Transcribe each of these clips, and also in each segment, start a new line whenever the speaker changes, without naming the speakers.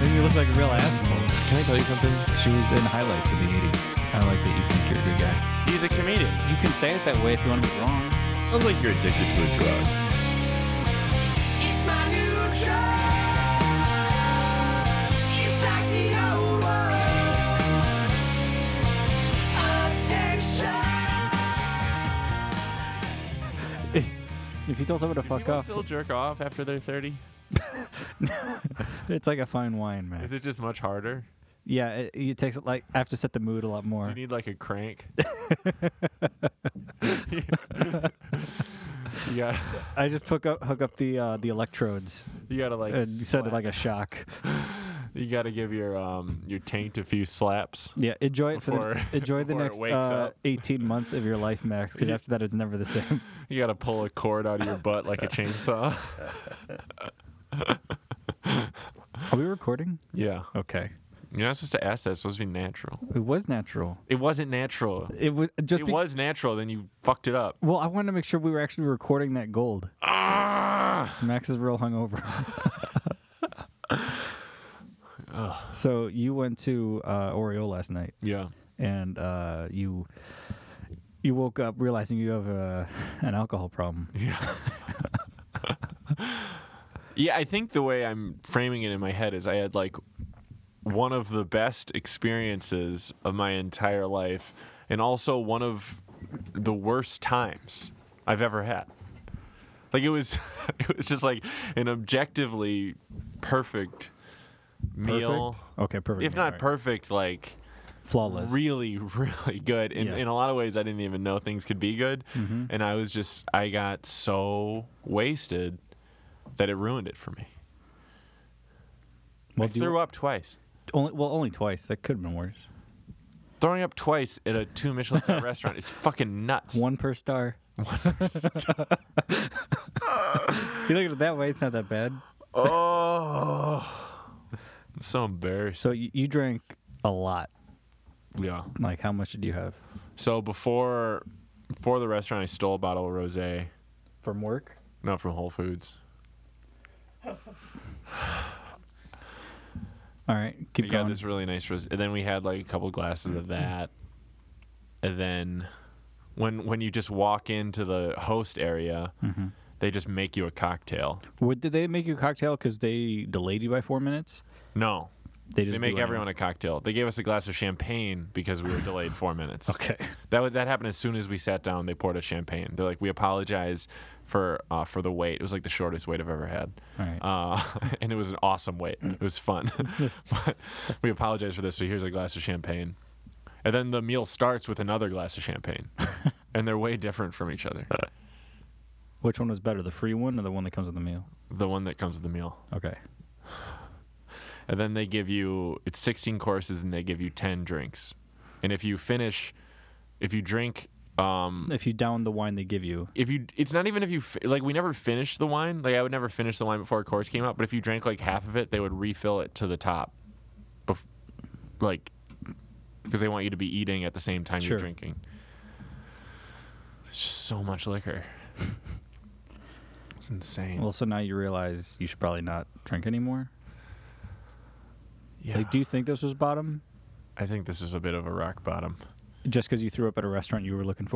Maybe you look like a real asshole.
Can I tell you something? She was in highlights in the 80s. I like that you think you're a good guy.
He's a comedian.
You can say it that way if you want to be wrong.
Sounds like you're addicted to a drug.
It's my new drug. It's like the old one. Obsession.
If you tell someone to fuck
People
off,
still jerk off after they're 30?
it's like a fine wine, man.
Is it just much harder?
yeah, it, it takes like I have to set the mood a lot more.
Do you need like a crank? you got
I just hook up hook up the uh, the electrodes
you gotta like
and set it
slap-
like a shock.
you gotta give your um your taint a few slaps.
Yeah, enjoy it for
Before-
the, enjoy the
before it
next
wakes
uh,
up.
18 months of your life, Max. Because after that, it's never the same.
You gotta pull a cord out of your butt like a chainsaw.
Are we recording?
yeah.
Okay,
You're not supposed to ask that, it's supposed to be natural.
it was natural.
It wasn't natural.
It was just.
It
be-
was natural, then you fucked it up.
Well, I wanted to make sure we were actually recording that gold.
Ah!
Max is real hungover. so you went to uh, Oreo last night,
Yeah.
and uh, you you woke up realizing you have a, an alcohol problem.
Yeah, I think the way I'm framing it in my head is I had like one of the best experiences of my entire life and also one of the worst times I've ever had. Like it was it was just like an objectively perfect meal.
Perfect. Okay, perfect.
If not
Alright.
perfect, like
flawless.
really, really good. In,
Yeah. Mm-hmm.
in a lot of ways, I didn't even know things could be good. And I was just, I got so wasted that it ruined it for me.
well,
I
do you-
threw up twice.
only well only twice. That could have been worse.
Oh. uh, Um, um,
Mm.
Uh, was okay. Yeah,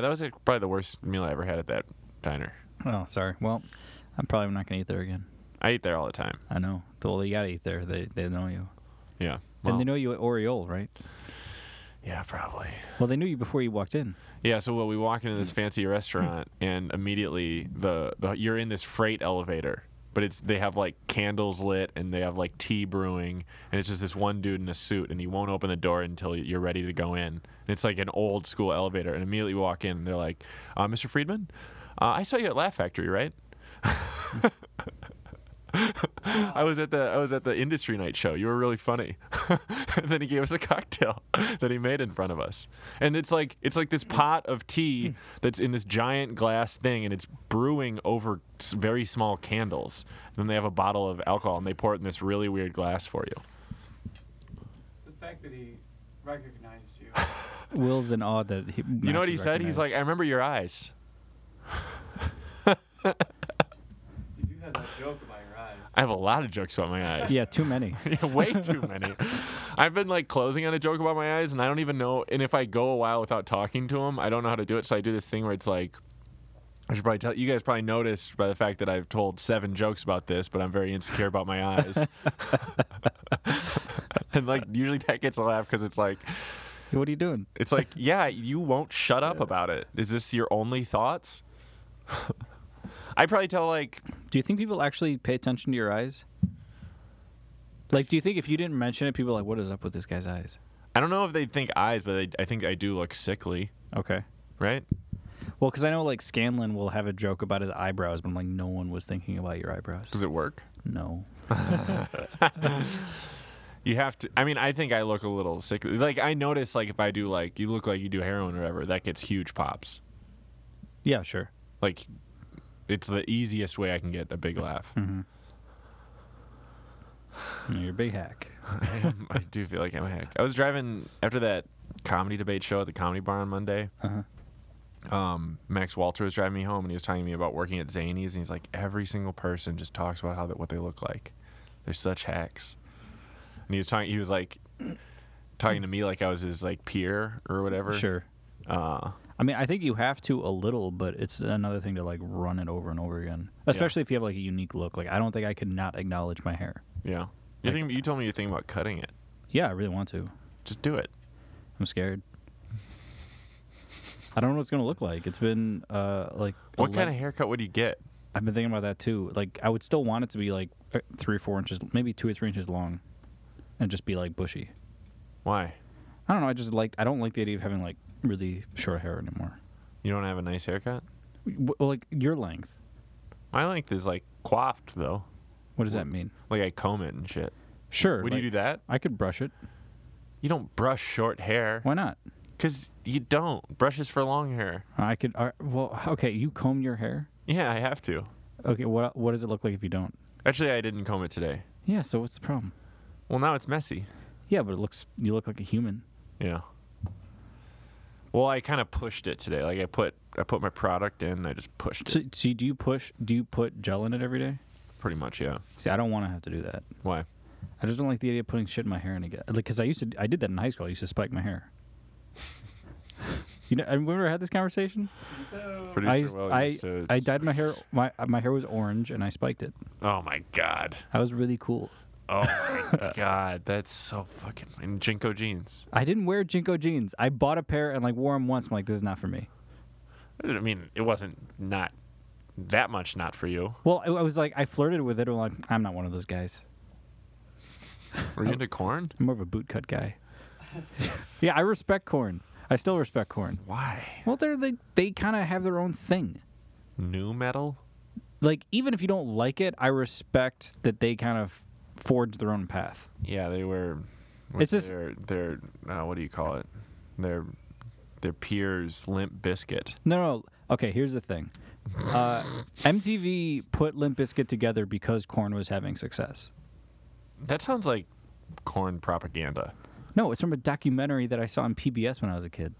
that was like, probably the worst meal I ever had at that diner.
Oh, sorry. Well, I'm probably not gonna eat there again.
I eat there all the time.
I know. Well, you gotta eat there. They they know you,
Yeah.
and
Well,
they know you at Oriole, right?
yeah, probably.
Well, they knew you before you walked in.
Yeah, so well, we walk into this fancy restaurant, and immediately the, the you're in this freight elevator, but it's they have like candles lit and they have like tea brewing, and it's just this one dude in a suit, and he won't open the door until you're ready to go in. And it's like an old school elevator, and immediately we walk in, and they're like, uh, "Mr. Friedman, uh, I saw you at Laugh Factory, right?" I was at the I was at the industry night show. You were really funny. and then he gave us a cocktail that he made in front of us. And it's like it's like this pot of tea that's in this giant glass thing and it's brewing over s- very small candles. And then they have a bottle of alcohol and they pour it in this really weird glass for you.
The fact that he recognized you.
Will's in awe that he.
You know what he said? He's like, "I remember your eyes."
You do have that joke about your eyes.
I have a lot of jokes about my eyes.
yeah, too many.
Yeah, way too many. I've been like closing on a joke about my eyes, and I don't even know. And if I go a while without talking to him, I don't know how to do it. So I do this thing where it's like, I should probably tell you guys probably noticed by the fact that I've told seven jokes about this, but I'm very insecure about my eyes. and like usually that gets a laugh because it's like
what are you doing?
it's like yeah you won't shut up about it. Is this your only thoughts? I probably tell like
Do you think people actually pay attention to your eyes? Like, do you think if you didn't mention it, people are like, what is up with this guy's eyes?
I don't know if they think eyes, but they, I think I do look sickly,
Okay.
right?
Well, because I know like Scanlon will have a joke about his eyebrows, but I'm like, no one was thinking about your eyebrows.
Does it work?
No.
You have to. I mean, I think I look a little sick. Like I notice, like if I do, like you look like you do heroin or whatever, that gets huge pops.
Yeah, sure.
Like, it's the easiest way I can get a big laugh.
No, Mm-hmm. you're a big hack.
I, am- I do feel like I'm a hack. I was driving after that comedy debate show at the comedy bar on Monday. Um, Max Walter was driving me home, and he was telling me about working at Zanies, and he's like, every single person just talks about how that what they look like. They're such hacks. And he was talking. He was like. Talking to me like I was his like peer or whatever.
Sure.
Uh,
I mean, I think you have to a little, but it's another thing to like run it over and over again, especially if you have like a unique look. Like, I don't think I could not acknowledge my hair.
Yeah. You think you told me you're thinking about cutting it.
Yeah, I really want to.
Just do it.
I'm scared. I don't know what it's gonna look like. It's been uh like
What kind
11
of haircut would you get?
I've been thinking about that too. Like I would still want it to be like uh, three or four inches, maybe two or three inches long, and just be like bushy.
Why?
I don't know. I just like I don't like the idea of having like really short hair anymore.
You don't have a nice haircut?
W- Well, like your length.
My length is like coiffed though.
What does that mean?
Like I comb it and shit.
Sure.
Would you
like,
do that?
I could brush it.
You don't brush short hair.
Why not?
Because you don't. Brush is for long hair.
I could. Uh, well, okay. You comb your hair.
Yeah, I have to.
Okay. What What does it look like if you don't?
Actually, I didn't comb it today.
Yeah. So what's the problem?
Well, now it's messy.
Yeah, but it looks. You look like a human.
Yeah. Well, I kind of pushed it today. Like I put I put my product in. and I just pushed
So,
it.
so do you push? Do you put gel in it every day?
Pretty much, yeah.
See, I don't want to have to do that.
Why?
I just don't like the idea of putting shit in my hair and again. Like, cause I used to, I did that in high school. I used to spike my hair. you know, I remember I had this conversation. I,
Producer
used-
Will
I,
used to-
I dyed my hair. My uh, my hair was orange, and I spiked it.
Oh my god.
I was really cool.
Oh my god, that's so fucking in Jinko jeans.
I didn't wear jinko jeans. I bought a pair and like wore them once. I'm like, this is not for me.
I mean, it wasn't not that much not for you.
Well, I, I was like, I flirted with it. I'm like, I'm not one of those guys.
Were you into corn?
I'm more of a bootcut guy. yeah, I respect corn. I still respect corn.
Why?
Well, they're they they kind of have their own thing.
New metal?
like even if you don't like it, I respect that they kind of forge their own path.
Yeah, they were.
It's just-
their, their uh, what do you call it? Their their peers limp biscuit.
No, no. Okay, here's the thing. Uh, MTV put Limp Bizkit together because Korn was having success.
That sounds like corn propaganda.
No, it's from a documentary that I saw on PBS when I was a kid.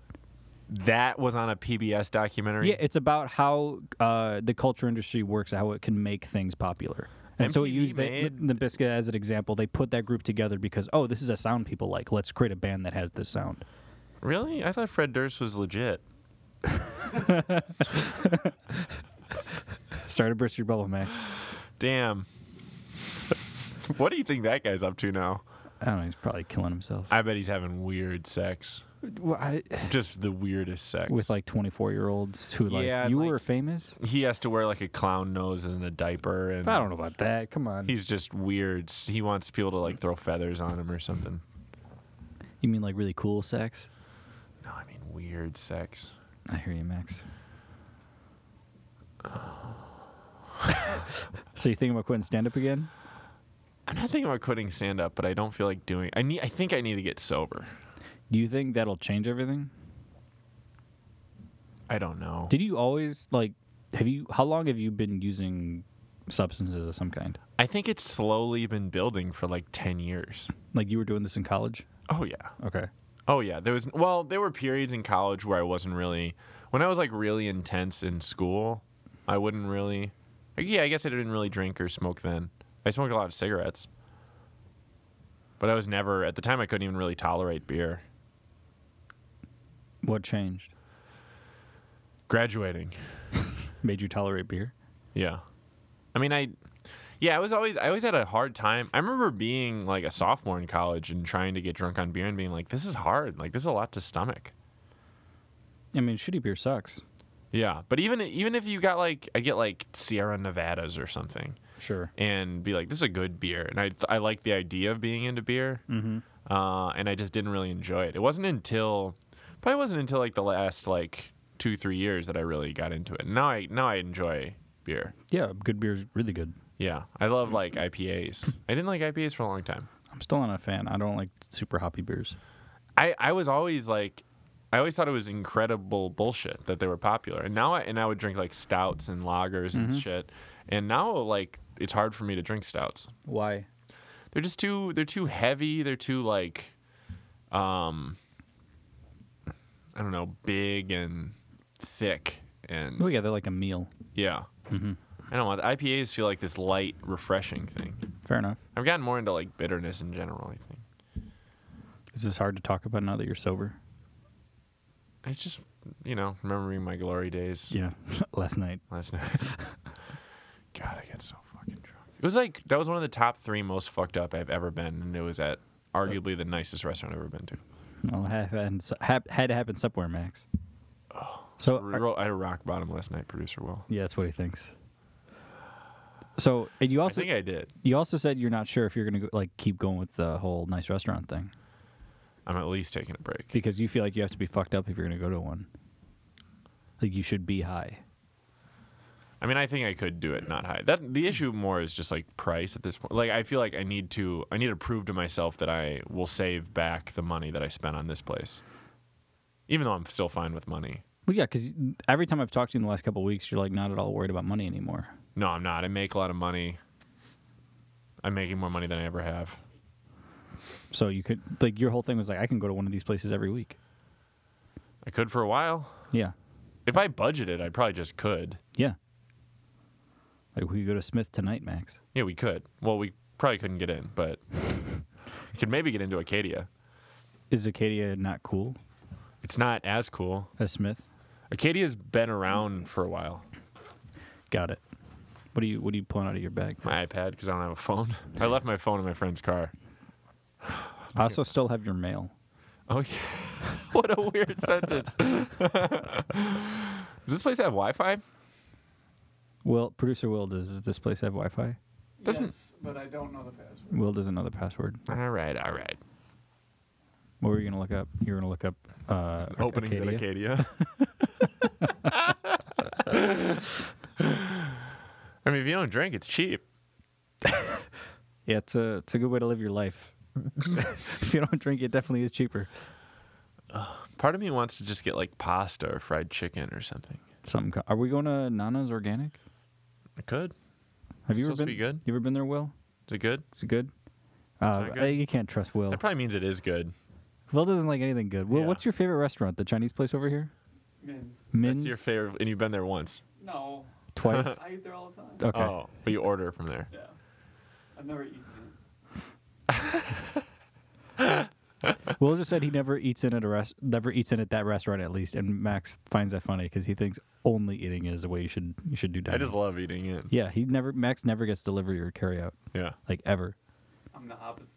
That was on a PBS documentary.
Yeah, it's about how uh, the culture industry works, how it can make things popular. And so it
MTV
used the,
made-
Limp Bizkit as an example. They put that group together because oh, this is a sound people like. Let's create a band that has this sound.
Really? I thought Fred Durst was legit.
Sorry to burst your bubble, man.
Damn. what do you think that guy's up to now?
I don't know. He's probably killing himself
I bet he's having weird sex. Just the weirdest sex.
with like 24 year olds who like
Yeah,
you
like-
were famous.
he has to wear like a clown nose and a diaper and
I don't know about that. Come on.
He's just weird. He wants people to like throw feathers on him or something.
you mean like really cool sex?
No, I mean weird sex.
I hear you, Max. so you thinking about quitting stand up again?
I'm not thinking about quitting stand up, but I don't feel like doing I need I think I need to get sober.
Do you think that'll change everything?
I don't know.
Did you always like? Have you? How long have you been using substances of some kind?
I think it's slowly been building for like 10 years.
Like you were doing this in college?
Oh yeah.
Okay.
Oh yeah, there was well, there were periods in college where I wasn't really when I was like really intense in school, I wouldn't really like, yeah, I guess I didn't really drink or smoke then. I smoked a lot of cigarettes. But I was never at the time I couldn't even really tolerate beer.
What changed?
Graduating.
Made you tolerate beer?
Yeah. I mean, I yeah, I was always I always had a hard time. I remember being like a sophomore in college and trying to get drunk on beer and being like this is hard. Like this is a lot to stomach.
I mean, shitty beer sucks.
Yeah, but even even if you got like I get like Sierra Nevadas or something,
Sure.
and be like, this is a good beer, and I th- I like the idea of being into beer, mm-hmm. uh, and I just didn't really enjoy it. It wasn't until probably wasn't until like the last like two three years that I really got into it. Now I now I enjoy beer.
Yeah, good beer's really good.
Yeah, I love like IPAs. I didn't like IPAs for a long time.
I'm still not a fan. I don't like super hoppy beers.
I, I was always like I always thought it was incredible bullshit that they were popular. And now I and I would drink like stouts and lagers and shit. And now like it's hard for me to drink stouts.
Why?
They're just too they're too heavy, they're too like um I don't know, big and thick and
Oh yeah, they're like a meal.
yeah.
Mm-hmm.
I don't want IPAs feel like this light, refreshing thing.
Fair enough.
I've gotten more into like bitterness in general, I think.
Is this hard to talk about now that you're sober?
It's just you know, remembering my glory days.
Yeah. Last night.
last night. God, I got so fucking drunk. It was like that was one of the top three most fucked up I've ever been, and it was at
Uh,
arguably the nicest restaurant I've ever been to.
Well, it happened, hap- had to happen somewhere, Max.
Oh,
so uh,
I wrote- I had a rock bottom last night, producer Will.
yeah, that's what he thinks. So and you
I
also
think I did.
you also said you're not sure if you're gonna go, like keep going with the whole nice restaurant thing
I'm at least taking a break.
because you feel like you have to be fucked up if you're gonna go to one. Like you should be high.
I mean, I think I could do it, not high. That the issue more is just like price at this point. Like, I feel like I need to, I need to prove to myself that I will save back the money that I spent on this place, even though I'm still fine with money.
Well, yeah, because every time I've talked to you in the last couple of weeks, you're like not at all worried about money anymore.
No, I'm not. I make a lot of money. I'm making more money than I ever have.
So you could like your whole thing was like I can go to one of these places every week.
I could for a while.
Yeah,
If I budgeted, I probably just could.
yeah. Like we could go to Smith tonight, Max.
Yeah, we could. Well, we probably couldn't get in, but we could maybe get into Acadia.
Is Acadia not cool
It's not as cool.
as Smith?
Acadia's been around for a while.
Got it. What do you What are you pulling out of your bag?
My iPad, because I don't have a phone. I left my phone in my friend's car.
I also still have your mail.
Oh, yeah. what a weird sentence. Does this place have Wi Fi?
Will producer Will does this place have Wi-Fi?
Doesn't-
Yes, but I don't know the password.
Will doesn't know the password.
All right, all right.
What were you gonna look up? You were gonna look up uh,
Openings
Acadia.
at Acadia. I mean, if you don't drink, it's cheap.
Yeah, it's a it's a good way to live your life. if you don't drink, it definitely is cheaper.
Part of me wants to just get like pasta or fried chicken or something.
Something. co- Are we going to Nana's Organic?
I could.
Have you
It's
ever
supposed to
been?
be good.
You ever been there, Will?
Is it good?
Is it good? Uh,
not good.
I- You can't trust Will.
That probably means it is good.
Will doesn't like anything good. Will,
Yeah.
what's your favorite restaurant? The Chinese place over here?
Mins.
Min's
That's your favorite, and you've been there once.
No,
twice.
I eat there all the time.
Okay.
Oh, but you order from there.
Yeah, I've never eaten it.
Will just said he never eats in at a rest, never eats in at that restaurant at least, and Max finds that funny because he thinks only eating is the way you should you should do dining.
I just love eating it.
Mm. yeah, he never Max never gets delivery or carry out
Yeah.
like ever.
I'm the opposite.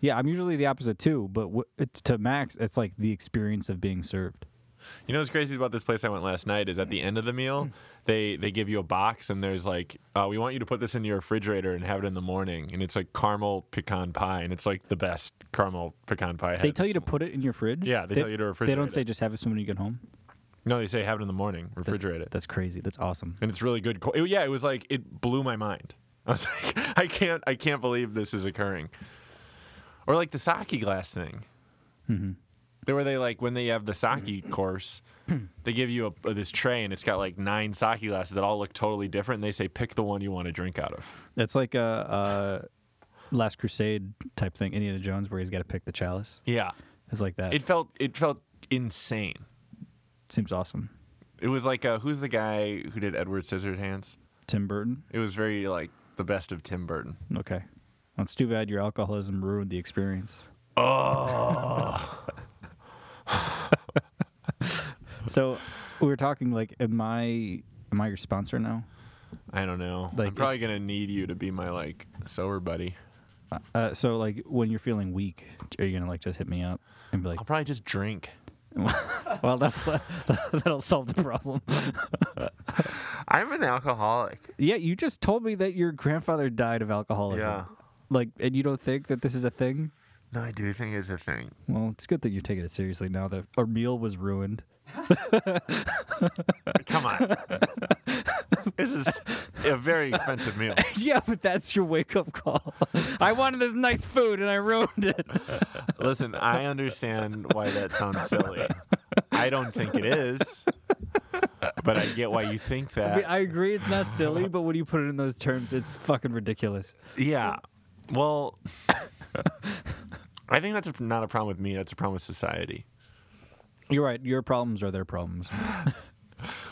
Yeah, I'm usually the opposite too, but w- to Max, it's like the experience of being served.
You know what's crazy about this place I went last night is at the end of the meal,
Mm.
they they give you a box and there's like, uh, we want you to put this in your refrigerator and have it in the morning, and it's like caramel pecan pie, and it's like the best caramel pecan pie. I
They
had
tell
this
you to
morning.
put it in your fridge.
Yeah, they tell you to
They don't
refrigerate
say
it.
just have it so when you get home.
No, they say have it in the morning, refrigerate it,
That's crazy. That's awesome.
and it's really good. Co- it- yeah, it was like it blew my mind. I was like, I can't, I can't believe this is occurring. Or like the sake glass thing.
Mhm.
There where they like when they have the sake course, they give you a, this tray and it's got like nine sake glasses that all look totally different. And they say pick the one you want to drink out of.
That's like a, a Last Crusade type thing, Indiana Jones, where he's got to pick the chalice.
Yeah,
It's like that.
it felt it felt insane.
seems awesome.
It was like uh, who's the guy who did Edward Scissorhands?
Tim Burton.
It was very like the best of Tim Burton.
Okay. Well, it's too bad your alcoholism ruined the experience. Oh. so we were talking like, am I am I your sponsor now?
I don't know.
Like,
I'm probably gonna need you to be my like sober buddy.
Uh, so like when you're feeling weak, are you gonna like just hit me up and be like,
I'll probably just drink.
well that'll that'll solve the problem.
I'm an alcoholic.
yeah, you just told me that your grandfather died of alcoholism.
Yeah.
Like, and you don't think that this is a thing?
No, I do think it's a thing.
Well, it's good that you're taking it seriously now that our meal was ruined.
Come on. this is a very expensive meal.
yeah, but that's your wake up call. I wanted this nice food and I ruined it.
Listen, I understand why that sounds silly. I don't think it is, but I get why you think
I, mean,
that.
I agree it's not silly, but when you put it in those terms, it's fucking ridiculous.
yeah. Well, I think that's a, not a problem with me. That's a problem with society.
You're right. Your problems are their problems.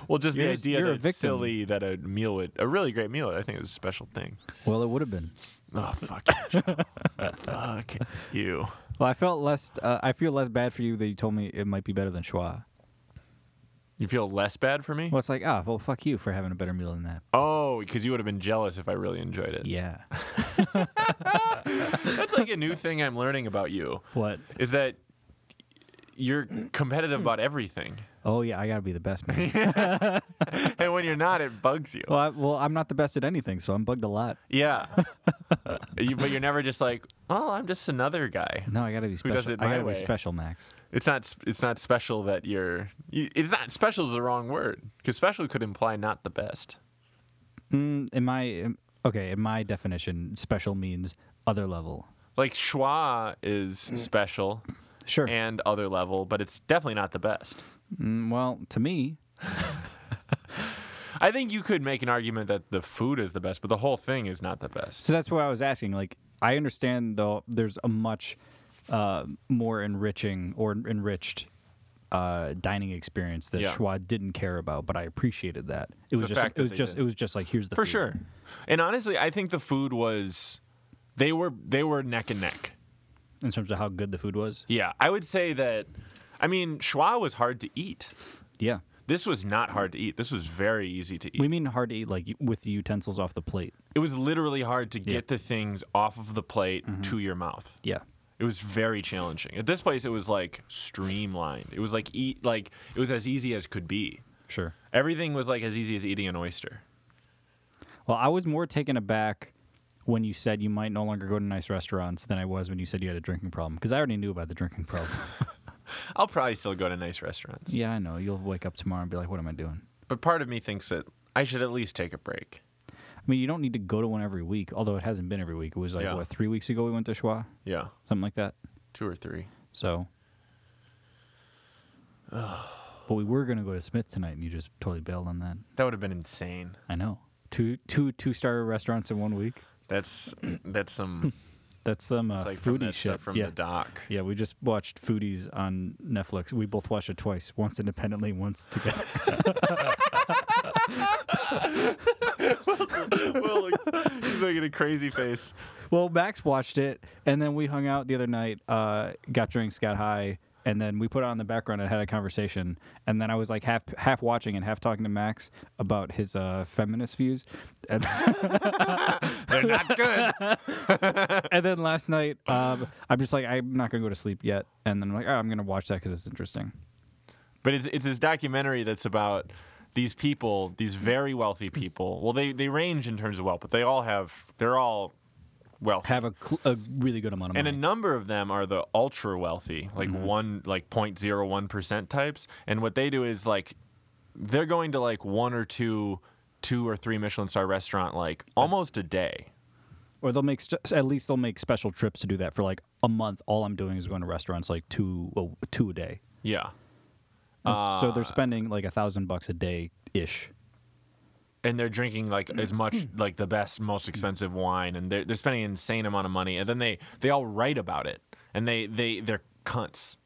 Well, just
You're
the
just-
idea
you're a
that it's
victim.
silly that a meal would, a really great meal, I think it was a special thing.
Well, it would have been.
Oh fuck you, Joe. fuck you.
Well, I felt less. Uh, I feel less bad for you that you told me it might be better than schwa.
You feel less bad for me?
Well, it's like ah, well, fuck you for having a better meal than that.
Oh, because you would have been jealous if I really enjoyed it.
Yeah.
That's like a new thing I'm learning about you
What?
is that you're competitive about everything,
Oh yeah, I gotta be the best man.
and when you're not, it bugs you.
well, I, well, I'm not the best at anything, so I'm bugged a lot.
Yeah, you, but you're never just like, oh, I'm just another guy.
No, I gotta be special.
does it
I
my
gotta
way?
be special, Max.
It's not. s- It's not special that you're. You, it's not special is the wrong word because special could imply not the best.
Mm, in my in- okay, in my definition, special means other level.
Like schwa is special
Sure.
and other level, but it's definitely not the best.
Mm, well, to me,
I think you could make an argument that the food is the best, but the whole thing is not the best.
so that's what I was asking. Like, I understand though, there's a much uh, more enriching or enriched uh, dining experience that
Yeah.
Schwa didn't care about, but I appreciated that. It was
The
just
fact
it
that
was
they
just
did.
it was just like here's the
For
food.
sure. And honestly, I think the food was they were they were neck and neck.
in terms of how good the food was.
Yeah. I would say that I mean, schwa was hard to eat.
Yeah,
This was not hard to eat. This was very easy to eat.
we mean hard to eat like with the utensils off the plate.
it was literally hard to get the things off of the plate
Mm-hmm.
to your mouth.
Yeah,
It was very challenging. At this place it was like streamlined. It was like eat like it was as easy as could be.
sure.
Everything was like as easy as eating an oyster.
Well, I was more taken aback when you said you might no longer go to nice restaurants than I was when you said you had a drinking problem because I already knew about the drinking problem.
I'll probably still go to nice restaurants.
yeah, I know. You'll wake up tomorrow and be like, "What am I doing?"
But part of me thinks that I should at least take a break.
I mean, you don't need to go to one every week, although it hasn't been every week. It was like
Yeah.
what three weeks ago we went to Schwa,
Yeah.
something like that.
Two or three.
So, but we were gonna go to Smith tonight, and you just totally bailed on that.
That would have been insane.
I know. Two two two star restaurants in one week.
That's that's some
That's some uh,
it's like from
foodie
that
shit.
stuff from
yeah.
the doc.
Yeah, we just watched Foodies on Netflix. We both watched it twice, once independently, once together.
well, he's making making a crazy face.
Well, Max watched it, and then we hung out the other night, uh, got drinks, got high, and then we put it on the background and had a conversation. And then I was like half half watching and half talking to Max about his uh, feminist views. And,
They're not good.
and then last night, um, I'm just like, I'm not gonna go to sleep yet. And then I'm like, oh, I'm gonna watch that because it's interesting.
But it's it's this documentary that's about these people, these very wealthy people. Well, they they range in terms of wealth, but they all have they're all wealthy.
Have a, cl- a really good amount of
and a
money. Mm-hmm.
number of them are the ultra wealthy, like one like 0.01% types. And what they do is like they're going to like one or two two or three Michelin star restaurant like almost a day.
or they'll make st- at least they'll make special trips to do that for like a month. All I'm doing is going to restaurants like two well, two a day.
Yeah.
so
Ah.
they're spending like a thousand bucks a day ish.
and they're drinking like as much like the best most expensive wine and they're, they're spending an insane amount of money and then they they all write about it and they they they're cunts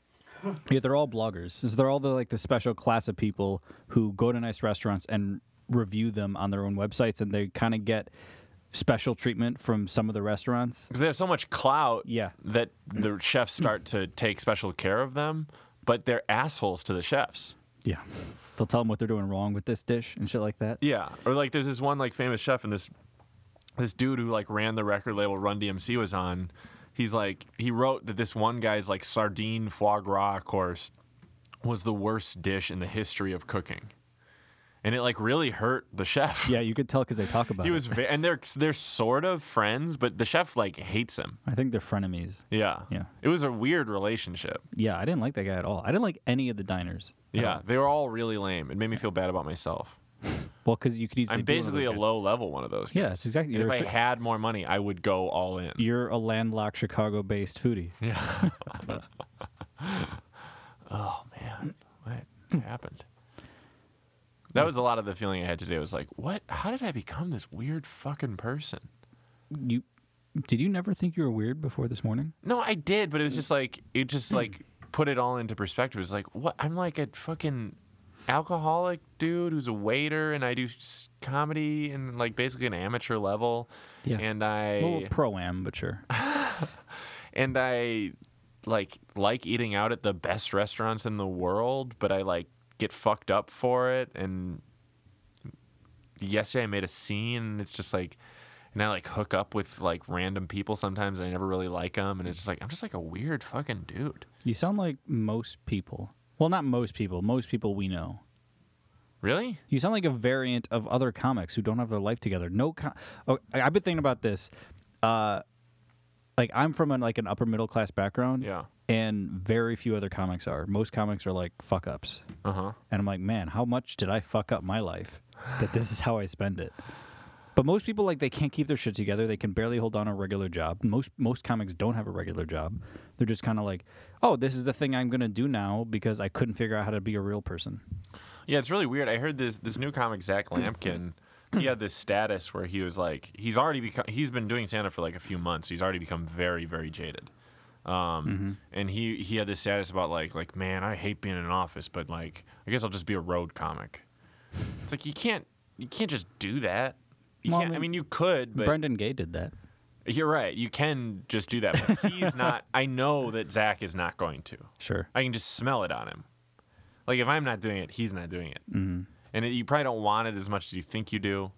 Yeah, they're all bloggers. So they're all the like the special class of people who go to nice restaurants and review them on their own websites, and they kind of get special treatment from some of the restaurants.
because they have so much clout
Yeah.
that the chefs start to take special care of them but they're assholes to the chefs
Yeah, they'll tell them what they're doing wrong with this dish and shit like that.
yeah or like there's this one like famous chef and this this dude who like ran the record label run dmc was on he's like he wrote that this one guy's like sardine foie gras course was the worst dish in the history of cooking and it like really hurt the chef
Yeah, you could tell because they talk about
he
it.
was ve- and they're they're sort of friends but the chef like hates him
I think they're frenemies.
yeah
Yeah.
it was a weird relationship
Yeah, I didn't like that guy at all. I didn't like any of the diners. at
yeah
all.
they were all really lame it made me feel bad about myself
Well, because you could easily.
i'm
be one of those
basically a
guys.
low level one of those guys.
Yeah, it's exactly.
if
You're, a
i
chi-
had more money i would go all in
you're a landlocked Chicago-based foodie.
Oh, man, what happened? Hmm. That was a lot of the feeling I had today. Was like, what? How did I become this weird fucking person?
You did you never think you were weird before this morning?
No, I did, but it was just like it just like put it all into perspective. It's like what I'm like a fucking alcoholic dude who's a waiter, and I do s- comedy and like basically an amateur level.
Yeah.
And I
Well, pro am, but sure.
and I like like eating out at the best restaurants in the world, but I like get fucked up for it. And yesterday I made a scene, and it's just like, and I like hook up with like random people sometimes, and I never really like them, and it's just like I'm just like a weird fucking dude.
You sound like most people. Well, not most people. Most people we know.
Really?
You sound like a variant of other comics who don't have their life together. No, com- oh, I- I've been thinking about this. Uh, like I'm from an, like an upper middle class background.
Yeah.
And very few other comics are. Most comics are like fuck ups.
Uh huh.
And I'm like, man, how much did I fuck up my life that this is how I spend it? But most people like they can't keep their shit together. They can barely hold on a regular job. Most most comics don't have a regular job. They're just kind of like, oh, this is the thing I'm gonna do now because I couldn't figure out how to be a real person.
Yeah, it's really weird. I heard this this new comic Zach Lampkin. He had this status where he was like, he's already become, he's been doing stand up for like a few months. He's already become very, very jaded. Um, And he he had this status about like like man, I hate being in an office, but like I guess I'll just be a road comic. It's like you can't you can't just do that. You
Well, I
can't. I
mean,
mean, you could, but
Brendan Gay did that.
you're right. You can just do that. But he's not. I know that Zach is not going to.
Sure.
I can just smell it on him. Like if I'm not doing it, he's not doing it. Mm-hmm. And it, you probably don't want it as much as you think you do.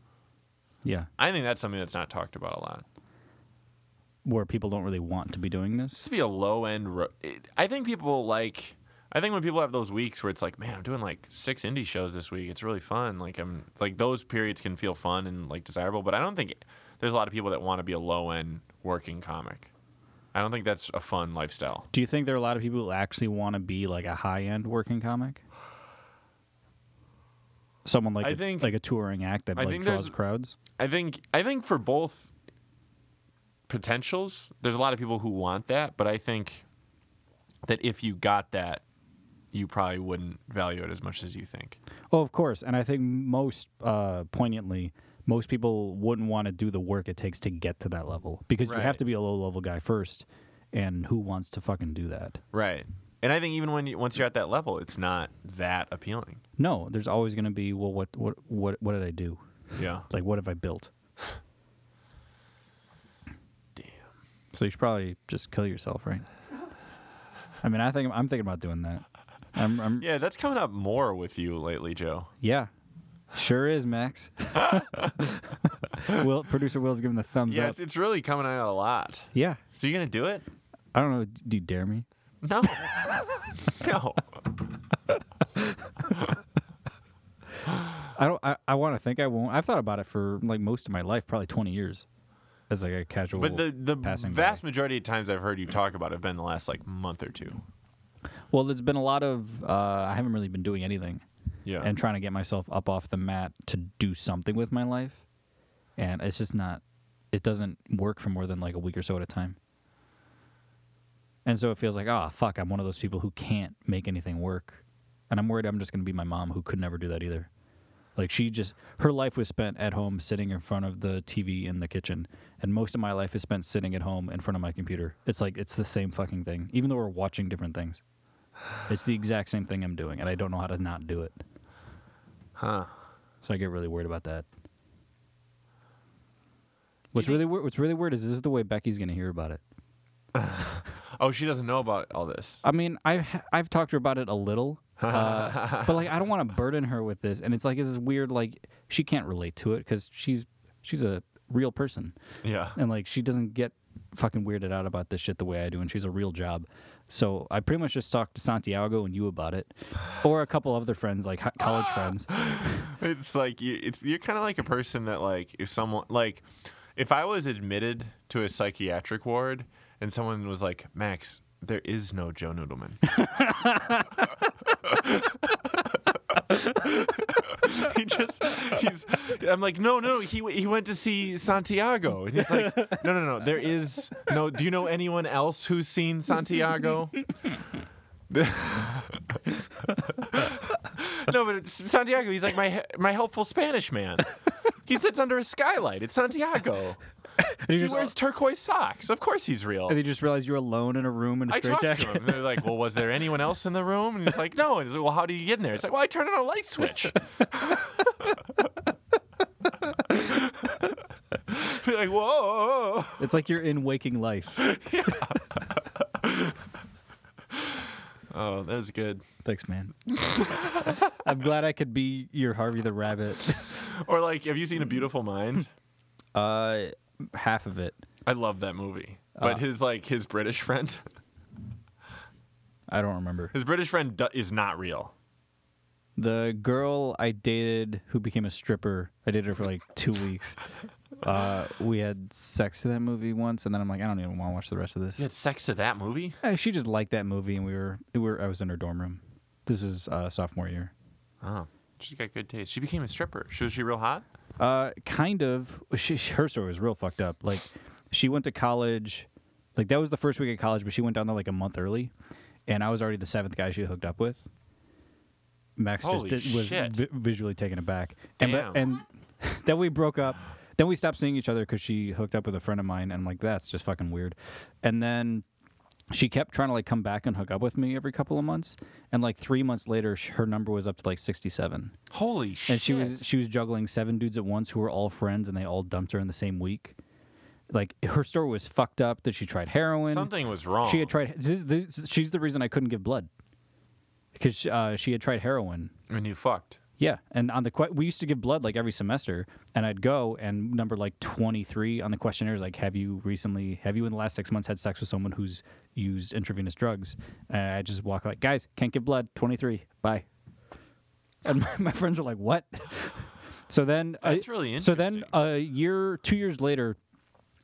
Yeah.
I think that's something that's not talked about a lot.
Where people don't really want to be doing
Just
this.
to be a low end. Ro- it, I think people like. I think when people have those weeks where it's like, man, I'm doing like six indie shows this week. It's really fun. Like I'm like those periods can feel fun and like desirable. But I don't think there's a lot of people that want to be a low end working comic. I don't think that's a fun lifestyle.
Do you think there are a lot of people who actually want to be like a high end working comic? Someone like
I
a-
think-
like a touring act that
I
like
think
draws
there's-
crowds.
I think I think for both potentials, there's a lot of people who want that, but I think that if you got that, you probably wouldn't value it as much as you think.
Oh, of course. And I think most uh, poignantly, most people wouldn't want to do the work it takes to get to that level because you have
Right.
to be a low level guy first. And who wants to fucking do that?
Right. And I think even when you, once you're at that level, it's not that appealing.
No, there's always going to be well, what, what, what, what did I do?
Yeah.
Like, what have I built? So you should probably just kill yourself, right? I mean, I think I'm thinking about doing that. I'm, I'm
Yeah, that's coming up more with you lately, Joe.
yeah. sure is Max. Will producer Will's giving the thumbs
Yeah,
up.
it's, it's really coming out a lot.
yeah,
So you gonna do it?
I don't know. Do you dare me?
No, no.
I don't. I, I want to think I won't. I've thought about it for like most of my life, probably 20 years, as like a casual.
But the the
passing by.
vast majority of times I've heard you talk about it have been the last like month or two.
well, there's been a lot of. Uh, I haven't really been doing anything
Yeah.
and trying to get myself up off the mat to do something with my life, and it's just not. It doesn't work for more than like a week or so at a time. And so it feels like, ah, fuck, I'm one of those people who can't make anything work, and I'm worried I'm just going to be my mom who could never do that either. Like she just her life was spent at home sitting in front of the TV in the kitchen, and most of my life is spent sitting at home in front of my computer. It's like it's the same fucking thing, even though we're watching different things. It's the exact same thing I'm doing, and I don't know how to not do it.
huh.
So I get really worried about that. What's really weird, what's really weird is this is the way Becky's gonna hear about it.
Oh, she doesn't know about all this.
I mean, I ha- I've talked to her about it a little, uh, but like I don't want to burden her with this, and it's like it's this weird like she can't relate to it because she's she's a real person,
Yeah.
and like she doesn't get fucking weirded out about this shit the way I do, and she's a real job. So I pretty much just talked to Santiago and you about it, or a couple other friends like hi- college friends.
It's like you. It's you're kind of like a person that like if someone like if I was admitted to a psychiatric ward and someone was like Max, there is no Joe Noodleman. he just he's I'm like no no he w- he went to see Santiago and he's like no no no there is no do you know anyone else who's seen Santiago No, but it's Santiago. He's like my my helpful Spanish man. He sits under a skylight. It's Santiago.
And
He wears turquoise socks. Of course he's real.
And they just realize you're alone in a room in a
I talked to
straitjacket.
him. They're like, "Well, was there anyone else in the room?" And he's like, "No." And he's like, "Well, how do you get in there?" It's like, "Well, I turned on a light switch." Be like, "Whoa!"
It's like you're in waking life.
Oh, that was good.
Thanks, man. I'm glad I could be your Harvey the Rabbit.
Or like, have you seen A Beautiful Mind?
Uh, half of it.
I love that movie. But his like his British friend,
I don't remember.
his British friend do- is not real.
The girl I dated who became a stripper, I dated her for like two weeks. Uh, we had sex to that movie once, and then I'm like, I don't even want to watch the rest of this.
You had sex to that movie?
Uh, She just liked that movie, and we were, we were I was in her dorm room. This is uh, sophomore year.
Oh, she's got good taste. She became a stripper. She was she real hot?
Uh, kind of. She, she- her story was real fucked up. Like, she went to college. Like that was the first week of college, but she went down there like a month early, and I was already the seventh guy she hooked up with. Max
Holy
just did, was
shit.
vi- visually taken aback, and but-
Damn.
and then we broke up. Then we stopped seeing each other because she hooked up with a friend of mine, and I'm like, that's just fucking weird. And then she kept trying to like come back and hook up with me every couple of months, and like three months later, sh- her number was up to like sixty-seven
Holy shit!
and she was she was juggling seven dudes at once who were all friends and they all dumped her in the same week like her story was fucked up that she tried heroin
something was wrong.
she had tried this, this, she's the reason i couldn't give blood because uh, she had tried heroin
and you fucked.
yeah and on the que- we used to give blood like every semester and i'd go and number like 23 on the questionnaires like have you recently have you in the last six months had sex with someone who's used intravenous drugs and i just walk like guys can't give blood 23 bye and my, my friends were like what so then I-
That's really
so then
interesting.
a year two years later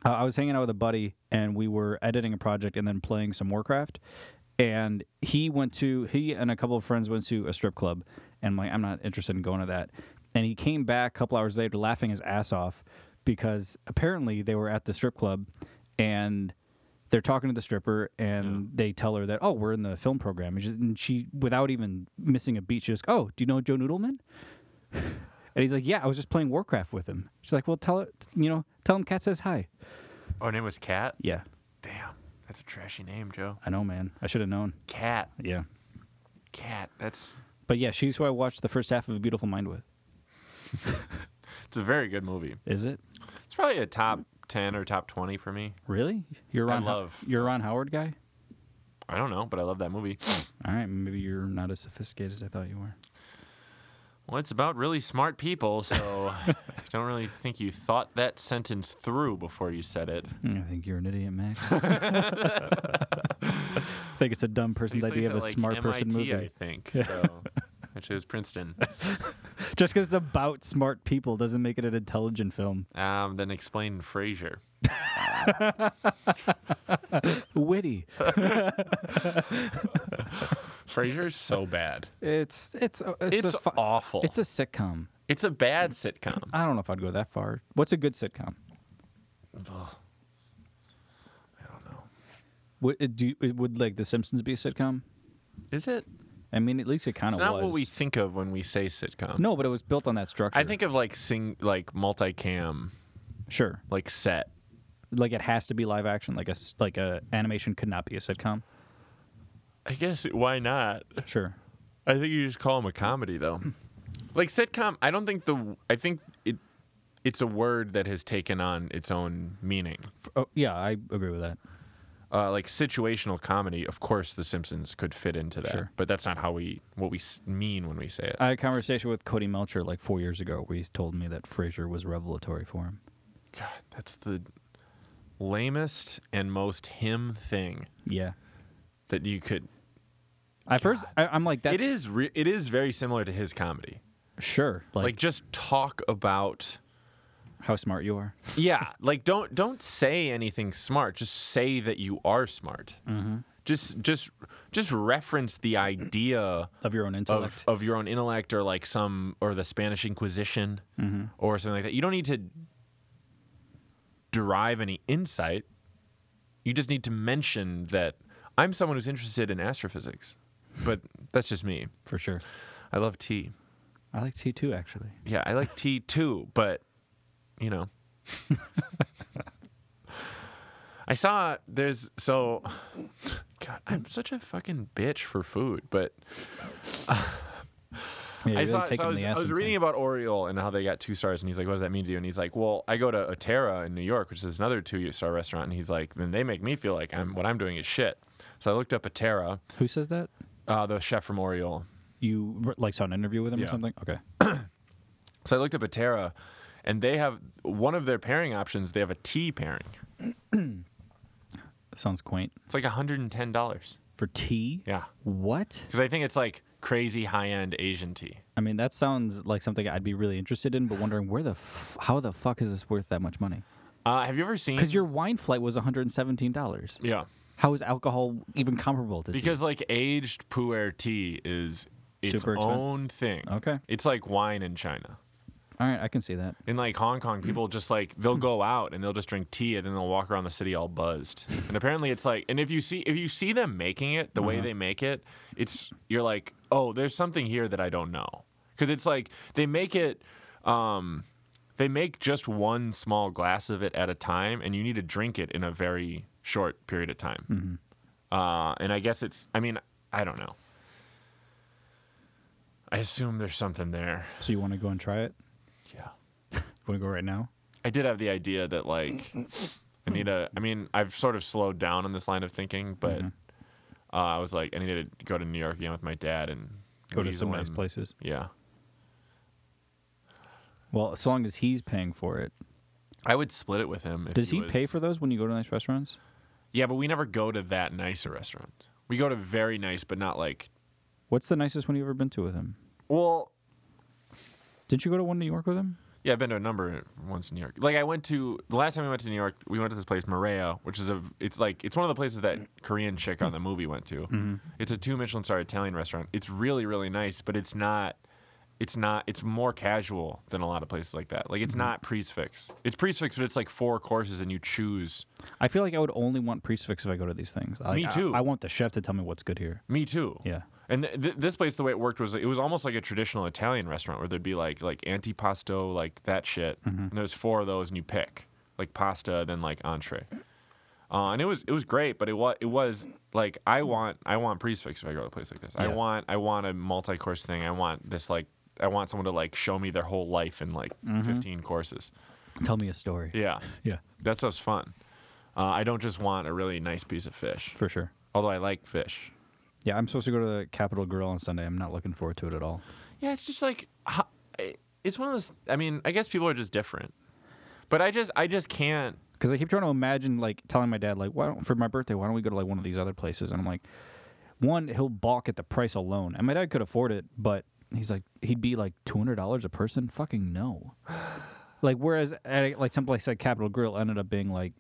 uh, I was hanging out with a buddy and we were editing a project and then playing some Warcraft. And he went to he and a couple of friends went to a strip club, and I'm like I'm not interested in going to that. And he came back a couple hours later laughing his ass off because apparently they were at the strip club and they're talking to the stripper and they tell her that oh we're in the film program and she- and she without even missing a beat she just oh do you know Joe Noodleman and he's like yeah I was just playing Warcraft with him she's like well tell her you know tell him Cat says hi
Oh, her name was Cat.
yeah
Damn, that's a trashy name, Joe.
I know, man. I should have known.
Cat,
Yeah.
Cat. That's
But yeah, she's who I watched the first half of A Beautiful Mind with.
it's a very good movie.
Is it?
It's probably a top ten or top twenty for me.
Really? You're a
I
Ron. Ho-
love-
you're a Ron Howard guy.
I don't know, but I love that movie.
All right, maybe you're not as sophisticated as I thought you were.
Well, it's about really smart people, so I don't really think you thought that sentence through before you said it.
I think you're an idiot, Max. I think it's a dumb person's
These
idea
things
of a
at, like,
smart person
MIT,
movie.
I think. So, which is Princeton.
Just because it's about smart people doesn't make it an intelligent film.
Um, then explain Frasier.
Witty.
Frasier is so bad.
It's it's a- it's
It's,
a, fi-
awful.
it's a sitcom.
it's a bad sitcom.
I don't know if I'd go that far. What's a good sitcom? Would it do it would like The Simpsons be a sitcom?
Is it?
I mean, at least it kind
It's
of
not
was.
what we think of when we say sitcom.
no, but it was built on that structure.
I think of like sing like multicam,
sure.
like set.
Like it has to be live action. Like a s- like a animation could not be a sitcom.
I guess why not?
Sure.
I think you just call them a comedy though. Like sitcom, I don't think the I think it it's a word that has taken on its own meaning.
F- Oh, yeah, I agree with that.
Uh, like situational comedy, of course, The Simpsons could fit into that,
Sure.
but that's not how we what we s- mean when we say it.
I had a conversation with Cody Melcher like four years ago where he told me that Frasier was revelatory for him.
God, that's the lamest and most him thing
Yeah.
that you could.
At first, I, I'm like, that's
it is re- it is very similar to his comedy.
sure. Like,
Like, just talk about
how smart you are.
yeah, like don't don't say anything smart. Just say that you are smart. Just just just reference the idea
Of your own
of,
intellect.
of your own intellect or like some or the Spanish Inquisition or something like that. You don't need to derive any insight. You just need to mention that I'm someone who's interested in astrophysics, but that's just me.
for sure.
I love tea.
I like T two actually.
Yeah, I like tea too, but you know. I saw there's so God, I'm such a fucking bitch for food, but
Yeah,
I saw, so I was, I was reading about Oriole and how they got two stars, and he's like, "What does that mean to you?" And he's like, "Well, I go to Otera in New York, which is another two-star restaurant, and he's like, then they make me feel like I'm what I'm doing is shit." So I looked up Otera,
Who says that?
uh, the chef from Oriole.
You re- like saw an interview with him or
Yeah.
something? Okay.
So I looked up Atera, and they have one of their pairing options. They have a tea pairing.
Sounds quaint.
It's like $110.
For tea?
Yeah,
What?
because I think it's like crazy high-end Asian tea.
I mean, that sounds like something I'd be really interested in, but wondering where the f- how the fuck is this worth that much money?
Uh, have you ever seen?
Because your wine flight was one hundred and seventeen dollars.
yeah,
How is alcohol even comparable to? tea?
because like aged pu'er tea is its
Super expen-
own thing.
Okay.
it's like wine in China.
all right, I can see that.
in like Hong Kong, people just like they'll go out and they'll just drink tea and then they'll walk around the city all buzzed. And apparently it's like and if you see if you see them making it the way they make it, it's you're like, "Oh, there's something here that I don't know." Cuz it's like they make it um they make just one small glass of it at a time and you need to drink it in a very short period of time. Uh and I guess it's I mean, I don't know. I assume there's something there.
So you want to go and try it?
Yeah.
Want to go right now?
I did have the idea that like I need a. I mean, I've sort of slowed down on this line of thinking, but
Mm-hmm.
uh, I was like, I needed to go to New York again with my dad and
Go to
weasel
some nice
him.
places.
Yeah,
Well, as long as he's paying for it.
I would split it with him. If
Does he
was-
pay for those when you go to nice restaurants?
Yeah, but we never go to that nice a restaurant. We go to very nice, but not like.
What's the nicest one you've ever been to with him?
Well,
Didn't you go to one in New York with him?
yeah, I've been to a number once in New York. Like I went to the last time we went to New York, we went to this place Maria, which is a. It's like it's one of the places that Korean chick on the movie went to. It's a two Michelin star Italian restaurant. It's really really nice, but it's not. It's not. It's more casual than a lot of places like that. Like it's not prefix. It's prefix, but it's like four courses, and you choose.
I feel like I would only want prefix if I go to these things. Like,
Me
I-
too.
I, want the chef to tell me what's good here.
Me too.
Yeah.
And th- th- this place, the way it worked was it was almost like a traditional Italian restaurant where there'd be like like antipasto, like that shit. And there's four of those, and you pick like pasta, then like entree. Uh, and it was it was great, but it was it was like I want I want prefix if I go to a place like this. I
Yeah.
want I want a multi course thing. I want this like I want someone to like show me their whole life in like 15 courses.
Tell me a story.
Yeah,
Yeah,
that stuff's fun. Uh, I don't just want a really nice piece of fish,
for sure.
although I like fish.
Yeah, I'm supposed to go to the Capitol Grill on Sunday. I'm not looking forward to it at all.
Yeah, it's just like ho- I- it's one of those. I mean, I guess people are just different, but I just I just can't.
Because I keep trying to imagine, like, telling my dad, like, why don't, for my birthday, why don't we go to, like, one of these other places? And I'm like, one, he'll balk at the price alone. And my dad could afford it, but he's like, he'd be like $200 a person? Fucking no. like, whereas, at, like, someplace like Capitol Grill ended up being, like,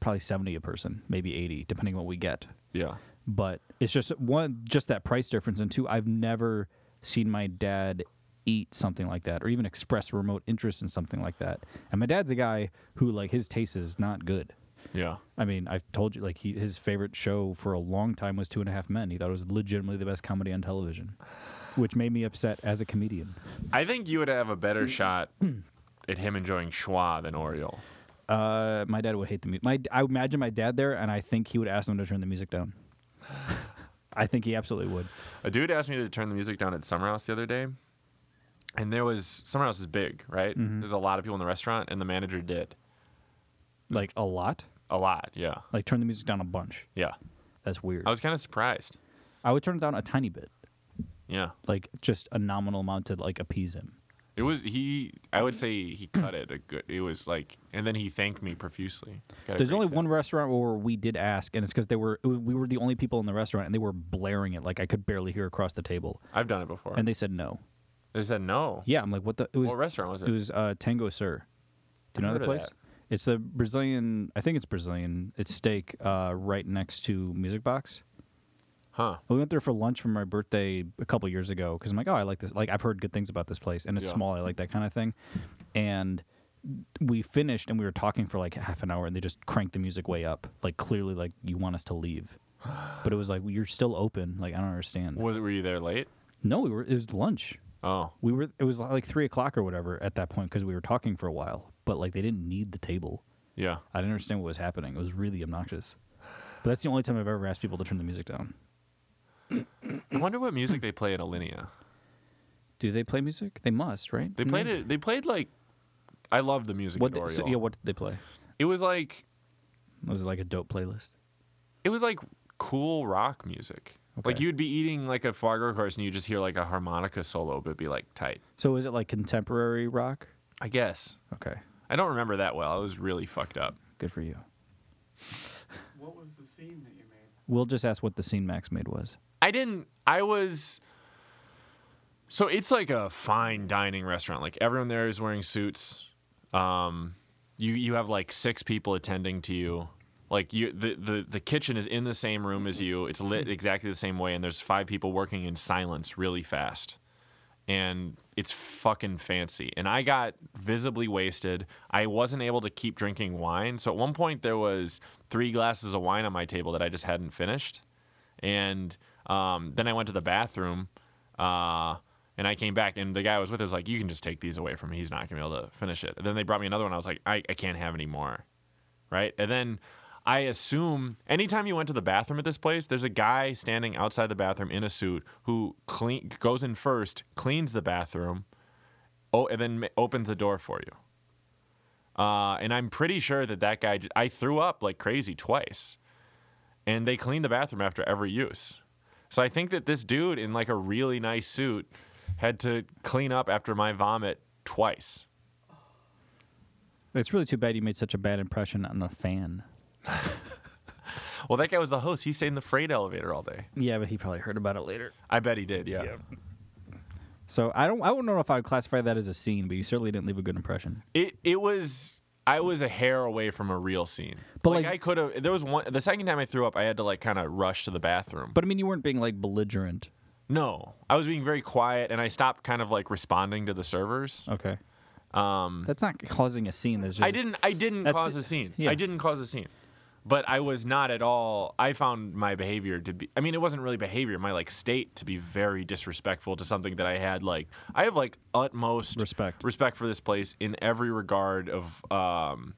probably 70 a person, maybe 80, depending on what we get.
Yeah,
but it's just one just that price difference and two i've never seen my dad eat something like that or even express remote interest in something like that and my dad's a guy who like his taste is not good
yeah,
i mean i've told you like he, his favorite show for a long time was two and a half men he thought it was legitimately the best comedy on television which made me upset as a comedian
I think you would have a better shot at him enjoying schwa than Oriole.
uh, my dad would hate the music my, i imagine my dad there and i think he would ask them to turn the music down i think he absolutely would
A dude asked me to turn the music down at Summer House the other day, and there was Summer House is big, right?
Mm-hmm.
There's a lot of people in the restaurant, and the manager did
like a lot
a lot. Yeah,
like turn the music down a bunch
yeah.
that's weird
I was kind of surprised.
I would turn it down a tiny bit,
Yeah,
like just a nominal amount to like appease him.
it was he. I would say he cut it a good. It was like, and then he thanked me profusely. Got a
There's
great
only
tip.
one restaurant where we did ask, and it's because they were we were the only people in the restaurant, and they were blaring it like I could barely hear across the table,
I've done it before.
and they said no.
They said no.
Yeah, I'm like, what the? It was
What restaurant was it?
it was uh, Tango Sir. Do you know
I've
the
heard of
place?
that.
It's the Brazilian. I think it's Brazilian. It's steak uh, right next to Music Box.
Huh.
We went there for lunch for my birthday a couple years ago because I'm like, oh, I like this. Like, I've heard good things about this place, and it's
Yeah.
small. I like that kind of thing. And we finished, and we were talking for like half an hour, and they just cranked the music way up. Like, clearly, like you want us to leave, but it was like you're still open. Like, I don't understand.
Was it, were you there late?
No, we were. It was lunch.
Oh.
We were. It was like three o'clock or whatever at that point because we were talking for a while. But like, they didn't need the table.
Yeah.
I didn't understand what was happening. It was really obnoxious. But that's the only time I've ever asked people to turn the music down.
I wonder what music they play at Alinea.
Do they play music? They must, right?
They
Mm.
played it they played like I love the music
What
at
did, so,
Oriole.
yeah, what did they play?
It was like
Was it like a dope playlist?
it was like cool rock music. Like
Okay.
you'd be eating like a Fargo course and you just hear like a harmonica solo, but it'd be like tight.
So is it like contemporary rock?
I guess.
Okay,
I don't remember that well. I was really fucked up.
good for you.
What was the scene that you made?
We'll just ask what the scene Max made was.
I didn't. I was. So it's like a fine dining restaurant. Like everyone there is wearing suits. Um, you you have like six people attending to you. Like you, the, the the kitchen is in the same room as you. It's lit exactly the same way, and there's five people working in silence really fast. And it's fucking fancy. And I got visibly wasted. I wasn't able to keep drinking wine. So at one point there was three glasses of wine on my table that I just hadn't finished and um, then I went to the bathroom, uh, and I came back, and the guy I was with was like, "You can just take these away from me. He's not gonna be able to finish it." And then they brought me another one. I was like, "I, I can't have any more," right? And then I assume anytime you went to the bathroom at this place, there's a guy standing outside the bathroom in a suit who clean goes in first, cleans the bathroom, oh, and then ma- opens the door for you. Uh, and I'm pretty sure that that guy, j- I threw up like crazy twice and they clean the bathroom after every use. So I think that this dude in like a really nice suit had to clean up after my vomit twice.
It's really too bad you made such a bad impression on a fan.
Well, that guy was the host. He stayed in the freight elevator all day.
Yeah, but he probably heard about it later.
I bet he did. Yeah.
So I don't. I don't know if I would classify that as a scene, but you certainly didn't leave a good impression.
It it was I was a hair away from a real scene.
But,
But like,
like-
I could have there was one the second time I threw up, I had to like kind of rush to the bathroom.
But I mean, you weren't being like belligerent.
no, I was being very quiet and I stopped kind of like responding to the servers.
Okay. Um, that's not causing a scene. That's just,
I didn't. I didn't
That's
cause
the-
a scene.
yeah.
I didn't cause a scene. But I was not at all. I found my behavior to be. I mean, it wasn't really behavior. My like state to be very disrespectful to something that I had like. I have like utmost
Respect.
respect for this place in every regard of. um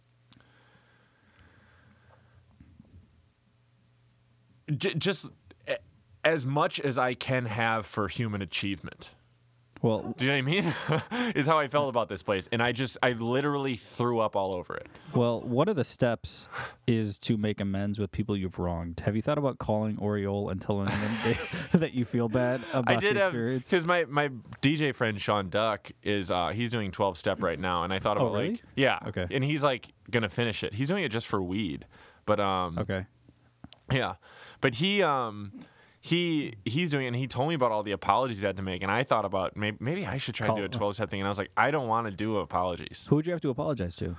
j- just a- as much as I can have for human achievement.
Well,
Do you know what I mean? is how I felt about this place, and I just I literally threw up all over it.
well, one of the steps is to make amends with people you've wronged. Have you thought about calling Oriole and telling them they, that you feel bad about
I did
the
have
experience?
because my my DJ friend Sean Duck is uh he's doing twelve step right now, and I thought
Oh,
about
really?
like yeah
Okay.
and he's like gonna finish it. He's doing it just for weed, but um
okay.
Yeah. But he um he he's doing it and he told me about all the apologies he had to make and I thought about maybe maybe I should try
Call-
to do a 12 step thing and I was like I don't want to do apologies
Who would you have to apologize to?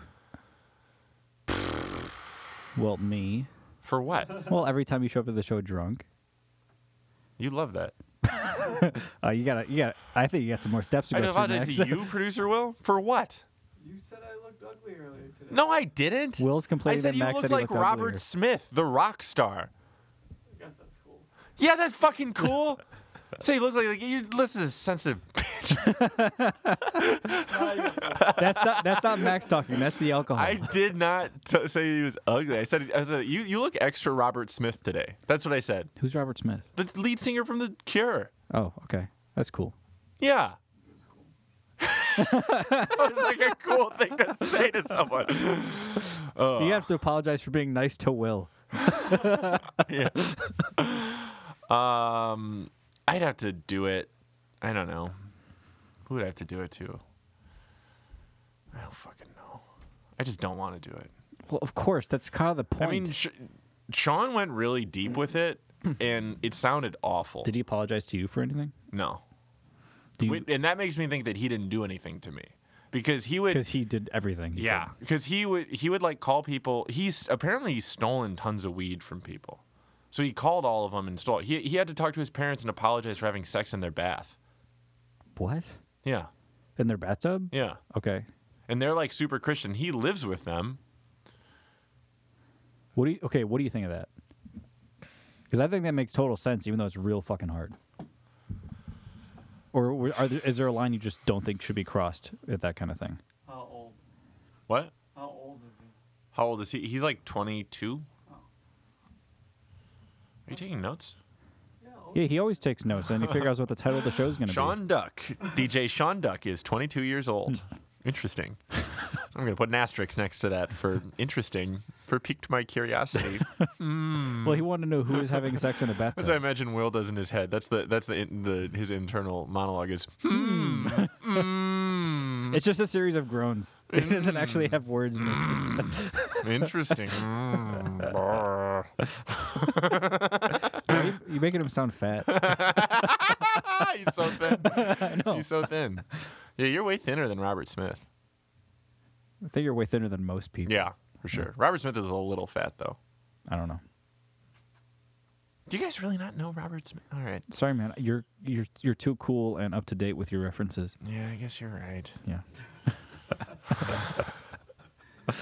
well, me.
for what?
Well, every time you show up to the show drunk,
You love that.
uh, you gotta, you gotta. I think you got some more steps to
I
go through
apologize
next.
to you, producer Will, for what?
You said I looked ugly earlier today.
No, I didn't.
Will's
I
complaining
said
that
you
Max
look
said he
like
looked
Robert
uglier.
Smith, the rock star.
I guess that's cool.
Yeah, that's fucking cool. Say you look like, like you listen to this sensitive bitch.
That's not, that's not Max talking. That's the alcohol.
I did not t- say he was ugly. I said I said you you look extra Robert Smith today. That's what I said.
Who's Robert Smith?
The lead singer from The Cure.
Oh, okay. That's cool.
Yeah. that was like a cool thing to say to someone. Oh,
You have to apologize for being nice to Will.
Um, I'd have to do it. I don't know. Who would I have to do it to? I don't fucking know. I just don't want to do it.
Well, of course. That's kind of the point.
I mean, Sh- Sean went really deep with it, and it sounded awful.
did he apologize to you for anything?
No.
Do you-
Wait, and that makes me think that he didn't do anything to me because he would
because he did everything. he
Yeah, because he would he would like call people. He's apparently he's stolen tons of weed from people, so he called all of them and stole. He he had to talk to his parents and apologize for having sex in their bath.
could. What?
Yeah,
In their bathtub?
yeah,
Okay.
and they're like super Christian. He lives with them.
What do you? Okay. What do you think of that? Because I think that makes total sense, even though it's real fucking hard. Or were- are there, is there a line you just don't think should be crossed at that kind of thing?
How old?
What?
How old is he?
How old is he? He's like twenty two. Are you taking notes?
Yeah, old.
Yeah, he always takes notes, and he figures out what the title of the show's going to be.
Sean Duck, DJ Sean Duck is 22 years old. Interesting. I'm going to put an asterisk next to that for interesting, for piqued my curiosity.
Well, he wanted to know who was having sex in a
That's what I
bathtub.
imagine Will does in his head. That's the that's the in- the his internal monologue is. Hmm. mm,
It's just a series of groans. It doesn't actually have words. in it.
interesting. Mm, brr."
You're making him sound fat.
Ah, He's so thin. He's so thin. Yeah, you're way thinner than Robert Smith.
I think you're way thinner than most people.
Yeah, for sure. Robert Smith is a little fat though.
I don't know.
Do you guys really not know Robert Smith? All right.
Sorry, man. You're you're you're too cool and up to date with your references.
Yeah, I guess you're right.
Yeah.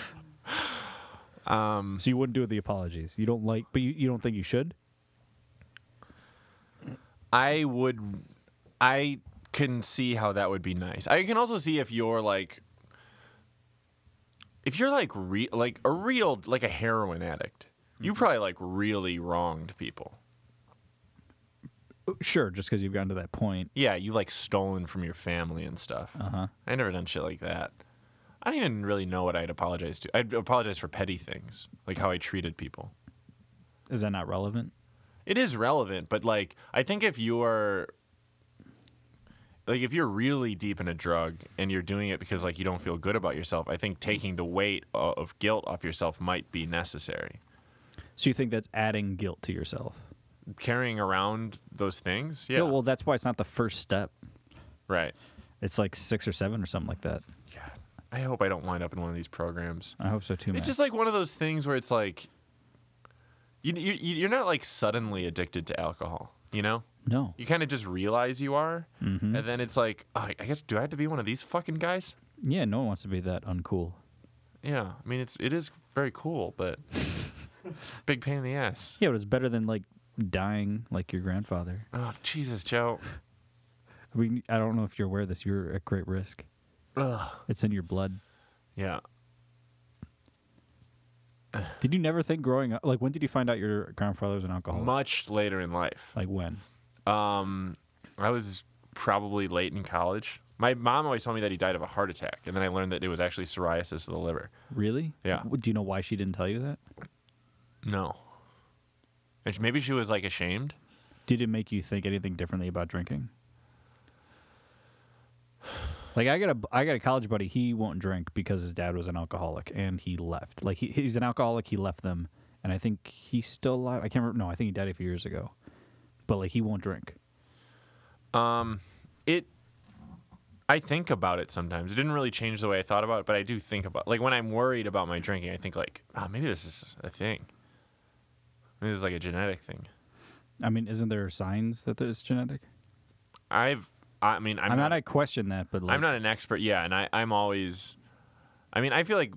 Um,
So you wouldn't do the apologies. You don't like, but you, you don't think you should.
I would. I can see how that would be nice. I can also see if you're like, if you're like re- like a real like a heroin addict, you probably like really wronged
Uh,
people.
Sure, just because you've gotten to that point.
Yeah, you like stolen from your family and stuff.
Uh huh.
I never done shit like that. I don't even really know what I'd apologize to. I'd apologize for petty things, like how I treated people.
Is that not relevant?
It is relevant, but like I think if you are like if you're really deep in a drug and you're doing it because like you don't feel good about yourself, I think taking the weight o- of guilt off yourself might be necessary.
So you think that's adding guilt to yourself?
Carrying around those things, yeah,
No, well, that's why it's not the first step.
right.
It's like six or seven or something like that.
God, I hope I don't wind up in one of these programs.
I hope so too.
It's
man.
just like one of those things where it's like you, you you're not like suddenly addicted to alcohol, you know?
no.
You kind of just realize you are, and then it's like, oh, I guess do I have to be one of these fucking guys?
Yeah, no one wants to be that uncool.
Yeah, I mean it's it is very cool, but big pain in the ass.
Yeah, but it's better than like dying like your grandfather.
Oh Jesus, Joe.
I mean, I don't know if you're aware of this. You're at great risk.
Ugh.
It's in your blood.
Yeah.
Did you never think growing up? Like, when did you find out Oh. your grandfather was an alcoholic?
Much later in life,
like when?
um, I was probably late in college. My mom always told me that he died of a heart attack, and then I learned that it was actually psoriasis of the liver.
Really?
Yeah.
W- Do you know why she didn't tell you that?
No. And sh- maybe she was like ashamed.
Did it make you think anything differently about drinking? Like I got a I got a college buddy. He won't drink because his dad was an alcoholic and he left. Like he, he's an alcoholic. He left them, and I think he's still alive. I can't remember. No, I think he died a few years ago. But like he won't drink.
It. I think about it sometimes. It didn't really change the way I thought about it, but I do think about like when I'm worried about my drinking, I think like, oh, maybe this is a thing. Maybe this is like a genetic thing.
I mean, isn't there signs that it's genetic?
I've. I mean,
I'm,
I'm,
not. I question that, but like,
I'm not an expert. Yeah, and I, I'm always. I mean, I feel like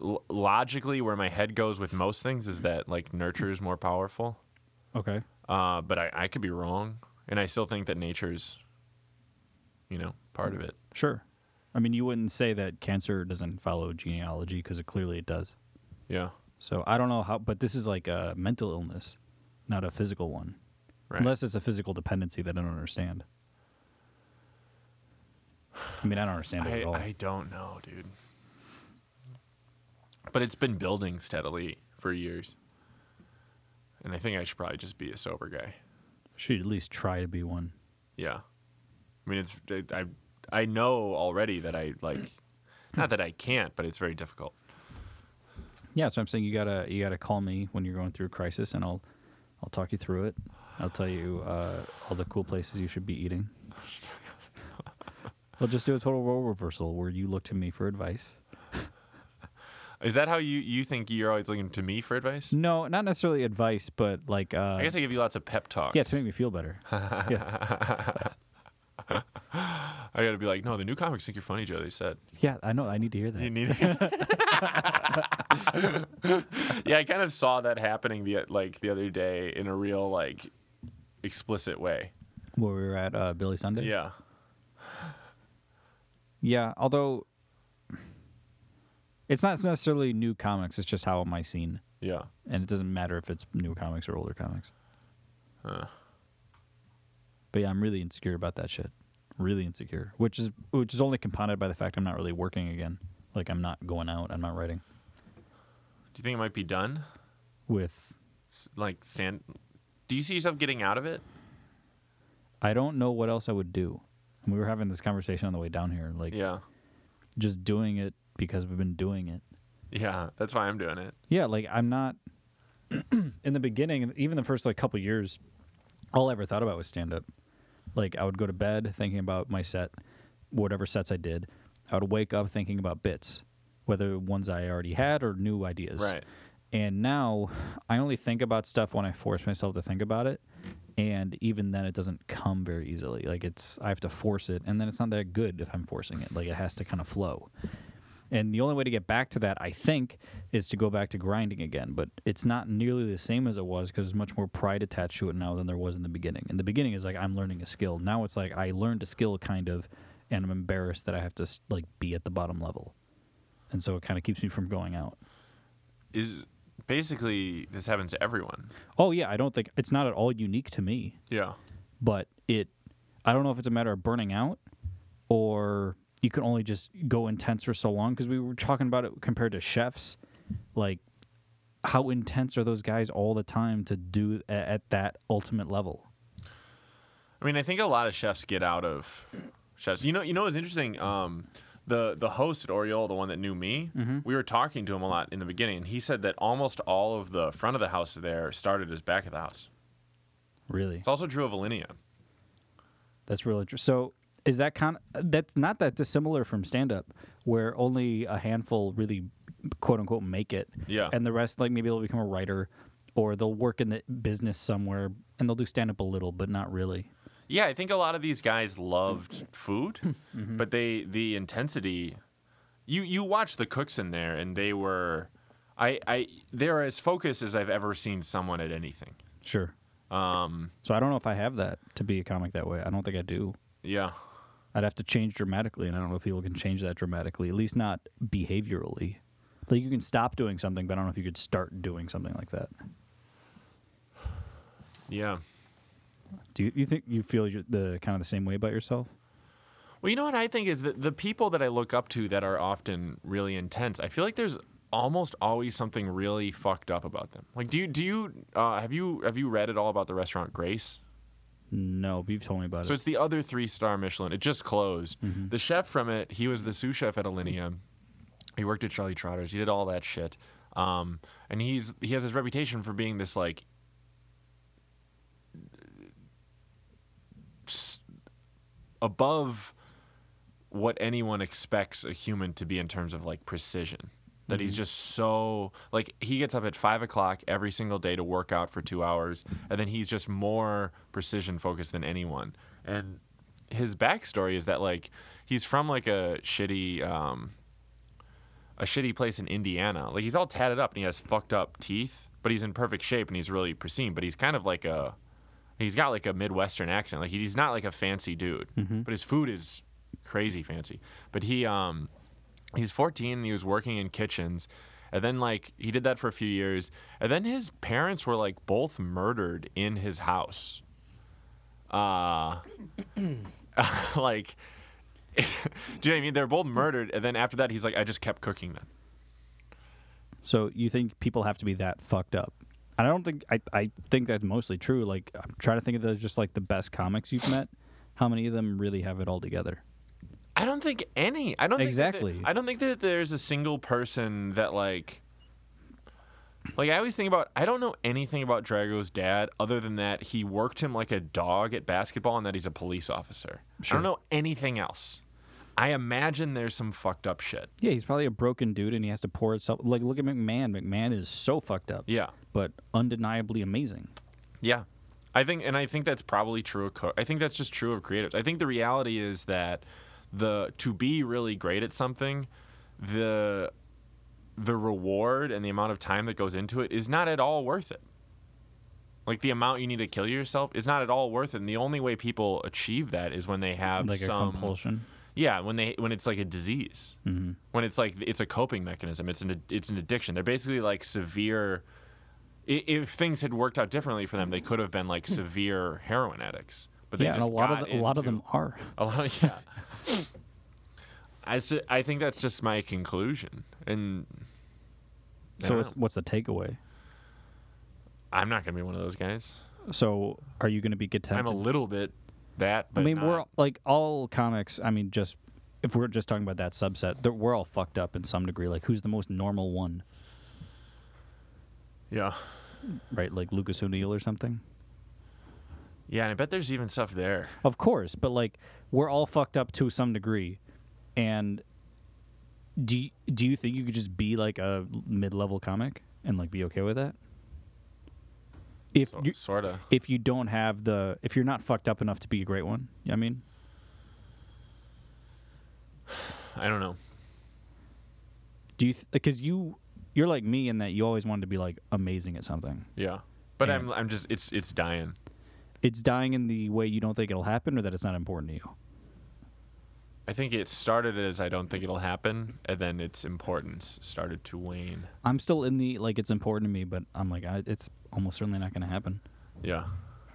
l- logically, where my head goes with most things is that like nurture is more powerful.
Okay.
Uh, but I, I could be wrong, and I still think that nature's, you know, part of it.
Sure. I mean, you wouldn't say that cancer doesn't follow genealogy because it, clearly it does.
Yeah,
So I don't know how, but this is like a mental illness, not a physical one.
right.
Unless it's a physical dependency that I don't understand. I mean, I don't understand it
I,
at all.
I don't know, dude. But it's been building steadily for years, and I think I should probably just be a sober guy.
Should at least try to be one.
Yeah, I mean, it's I I know already that I like, not that I can't, but it's very difficult.
Yeah, so I'm saying you gotta you gotta call me when you're going through a crisis, and I'll I'll talk you through it. I'll tell you uh, all the cool places you should be eating. we'll just do a total role reversal where you look to me for advice.
Is that how you you think you're always looking to me for advice?
No, not necessarily advice, but like uh,
I guess I give you lots of pep talks.
yeah, to make me feel better. yeah.
I gotta be like, no, the new comics think you're funny, Joe. They said
yeah, I know. I need to hear
you
that.
need. yeah, I kind of saw that happening the like the other day in a real like explicit way.
Where we were at uh, Billy Sunday.
Yeah,
Yeah, although it's not necessarily new comics, it's just how am I seen.
yeah.
And it doesn't matter if it's new comics or older comics. But yeah, I'm really insecure about that shit. Really insecure. Which is which is only compounded by the fact I'm not really working again. Like I'm not going out, I'm not writing.
Do you think it might be done?
With
S- Like, stand. Do you see yourself getting out of it?
I don't know what else I would do. And we were having this conversation on the way down here, like
Yeah,
just doing it because we've been doing it.
yeah. That's why I'm doing it.
Yeah, like I'm not in the beginning, even the first like couple years, all I ever thought about was stand up. Like I would go to bed thinking about my set, whatever sets I did. I would wake up thinking about bits, whether ones I already had or new ideas.
Right.
And now I only think about stuff when I force myself to think about it. And even then it doesn't come very easily. Like it's I have to force it and then it's not that good if I'm forcing it. Like it has to kind of flow. And the only way to get back to that, I think, is to go back to grinding again. But it's not nearly the same as it was because there's much more pride attached to it now than there was in the beginning. In the beginning, is like I'm learning a skill. Now it's like I learned a skill kind of, and I'm embarrassed that I have to s- like be at the bottom level, and so it kind of keeps me from going out.
Is basically this happens to everyone.
Oh yeah, I don't think it's not at all unique to me.
Yeah.
but it i don't know if it's a matter of burning out or you can only just go intense for so long because we were talking about it compared to chefs like how intense are those guys all the time to do a- at that ultimate level
I mean, I think a lot of chefs get out of chefs. You know, you know, it's interesting. Um, the the host at Oriole, the one that knew me, we were talking to him a lot in the beginning, and he said that almost all of the front of the house there started as back of the house.
really
It's also true of Alinea.
that's really true so is that kind that's not that dissimilar from stand up where only a handful really quote unquote make it
Yeah.
and the rest like maybe they'll become a writer or they'll work in the business somewhere and they'll do stand up a little but not really
Yeah, I think a lot of these guys loved food, but they the intensity. You you watch the cooks in there, and they were, I I they're as focused as I've ever seen someone at anything.
Sure. Um, so I don't know if I have that to be a comic that way. I don't think I do.
Yeah,
I'd have to change dramatically, and I don't know if people can change that dramatically. At least not behaviorally. Like you can stop doing something, but I don't know if you could start doing something like that.
yeah.
Do you, you think you feel you're the kind of the same way about yourself?
Well, you know what I think is that the people that I look up to that are often really intense, I feel like there's almost always something really fucked up about them. Like, do you do you uh, have you have you read at all about the restaurant Grace?
No, but you've told me about it. Mm-hmm.
So it's the other three star Michelin. It just closed. The chef from it, he was the sous chef at Alinea. He worked at Charlie Trotter's. He did all that shit. Um, and he's he has this reputation for being this like s- above what anyone expects a human to be in terms of like precision. That he's just so like he gets up at five o'clock every single day to work out for two hours, and then he's just more precision focused than anyone. And his backstory is that like he's from like a shitty um, a shitty place in Indiana. Like he's all tatted up and he has fucked up teeth, but he's in perfect shape and he's really pristine. But he's kind of like a he's got like a Midwestern accent. Like he's not like a fancy dude, but his food is crazy fancy. But he um he's 14 and he was working in kitchens. And then like he did that for a few years. And then his parents were like both murdered in his house. Uh like do you know what I mean? They're both murdered, and then after that, he's like, "I just kept cooking them."
So you think people have to be that fucked up? I don't think I, I think that's mostly true. Like I'm trying to think of those just like the best comics you've met. How many of them really have it all together?
I don't think any. I don't think that there-
Exactly.
I don't think that there's a single person that like. Like I always think about, I don't know anything about Drago's dad other than that he worked him like a dog at basketball and that he's a police officer. I don't know anything else. I imagine there's some fucked up shit.
Yeah, he's probably a broken dude and he has to pour himself. Like look at McMahon. McMahon is so fucked up.
Yeah.
but undeniably amazing.
Yeah. I think and I think that's probably true of co- I think that's just true of creatives. I think the reality is that the to be really great at something, the the reward and the amount of time that goes into it is not at all worth it. Like the amount you need to kill yourself is not at all worth it. And the only way people achieve that is when they have
Like
some
a compulsion.
yeah, when they when it's like a disease, mm-hmm. when it's like it's a coping mechanism, it's an it's an addiction. They're basically like severe. i- If things had worked out differently for them, they could have been like severe heroin addicts. But they
Hmm. Yeah, and a
just
lot of
got
the, a lot of
into-
them are.
a lot of yeah. I s- I think that's just my conclusion, and I
So
don't
what's
know.
what's the takeaway?
I'm not gonna be one of those guys.
So are you going to be content?
I'm a little bit that, but
I mean, we're
not-
like all comics. I mean, just if we're just talking about that subset, that we're all fucked up in some degree. Like, who's the most normal one,
yeah.
right? Like Lucas O'Neill or something.
Yeah, and I bet there's even stuff there.
Of course, but like we're all fucked up to some degree. And do you, do you think you could just be like a mid level comic and like be okay with that? If
So,
you
sort of.
if you don't have the if you're not fucked up enough to be a great one, I mean,
I don't know.
do you because you you're like me in that you always wanted to be like amazing at something.
Yeah. But
Yeah.
I'm I'm just it's it's dying.
It's dying in the way you don't think it'll happen, or that it's not important to you.
I think it started as I don't think it'll happen and then its importance started to wane.
I'm still in the like it's important to me, but I'm like I, it's almost certainly not going to happen.
Yeah.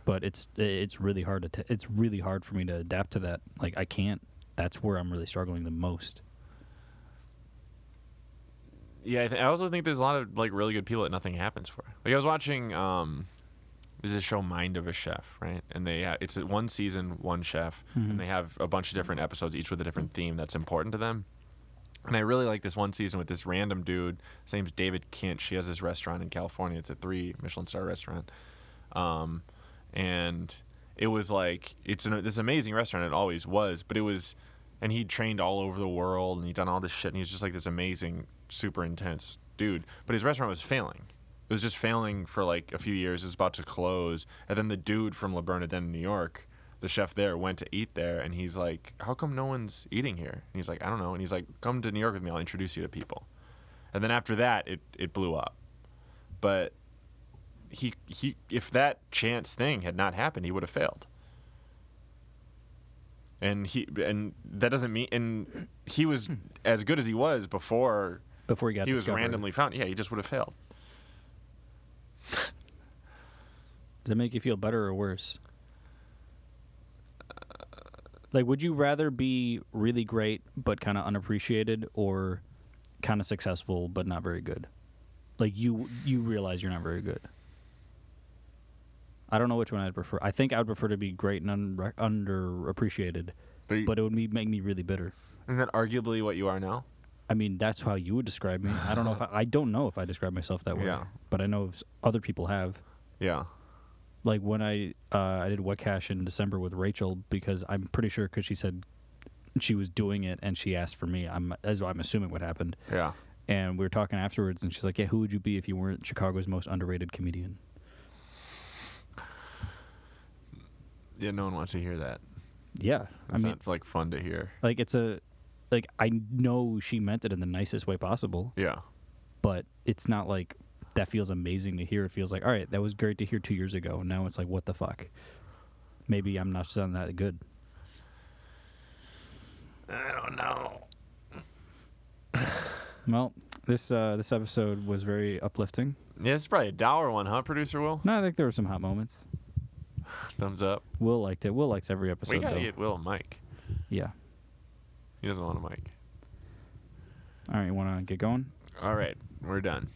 But it's it's really hard to t- it's really hard for me to adapt to that. Like I can't. That's where I'm really struggling the most.
Yeah, I, th- I also think there's a lot of like really good people that nothing happens for. Like I was watching um there's a show Mind of a Chef, right? And they ha- it's one season, one chef, and they have a bunch of different episodes each with a different theme that's important to them. And I really like this one season with this random dude. His name's David Kinch. He has this restaurant in California. It's a three Michelin star restaurant. Um, and it was like it's an, this amazing restaurant. It always was, but it was, and he trained all over the world and he'd done all this shit. And he was just like this amazing, super intense dude. But his restaurant was failing. It was just failing for like a few years. It was about to close. And then the dude from La Bernadette, New York, the chef there went to eat there and he's like, How come no one's eating here? And he's like, I don't know. And he's like, Come to New York with me, I'll introduce you to people. And then after that it, it blew up. But he he if that chance thing had not happened, he would have failed. And he and that doesn't mean and he was as good as he was before
Before you Hmm. got
he was
discovered.
randomly found. Yeah, he just would have failed.
Does it make you feel better or worse? Like, would you rather be really great but kind of unappreciated, or kind of successful but not very good? Like you, you realize you're not very good. I don't know which one I'd prefer. I think I'd prefer to be great and un- underappreciated,
But,
but it would me- make me really bitter.
isn't that arguably what you are now?
I mean, that's how you would describe me. I don't know if I, I don't know if I describe myself that way.
Yeah.
But I know s- other people have.
Yeah.
Like when I uh, I did what cash in December with Rachel because I'm pretty sure because she said she was doing it and she asked for me. I'm as I'm assuming what happened.
Yeah.
And we were talking afterwards, and she's like, "Yeah, who would you be if you weren't Chicago's most underrated comedian?"
Yeah, no one wants to hear that.
Yeah,
It's
I mean,
not like fun to hear.
like it's a like I know she meant it in the nicest way possible.
Yeah.
but it's not like that feels amazing to hear. It feels like, all right, that was great to hear two years ago. Now it's like, what the fuck? Maybe I'm not just not that good.
I don't know.
Well, this uh, this episode was very uplifting.
Yeah, it's probably a dour one, huh, producer Will?
No, I think there were some hot moments.
Thumbs up.
Will liked it. Will likes every episode.
We gotta
though.
get Will a mic.
Yeah.
He doesn't want a mic.
All right, you want to get going?
All right, we're done.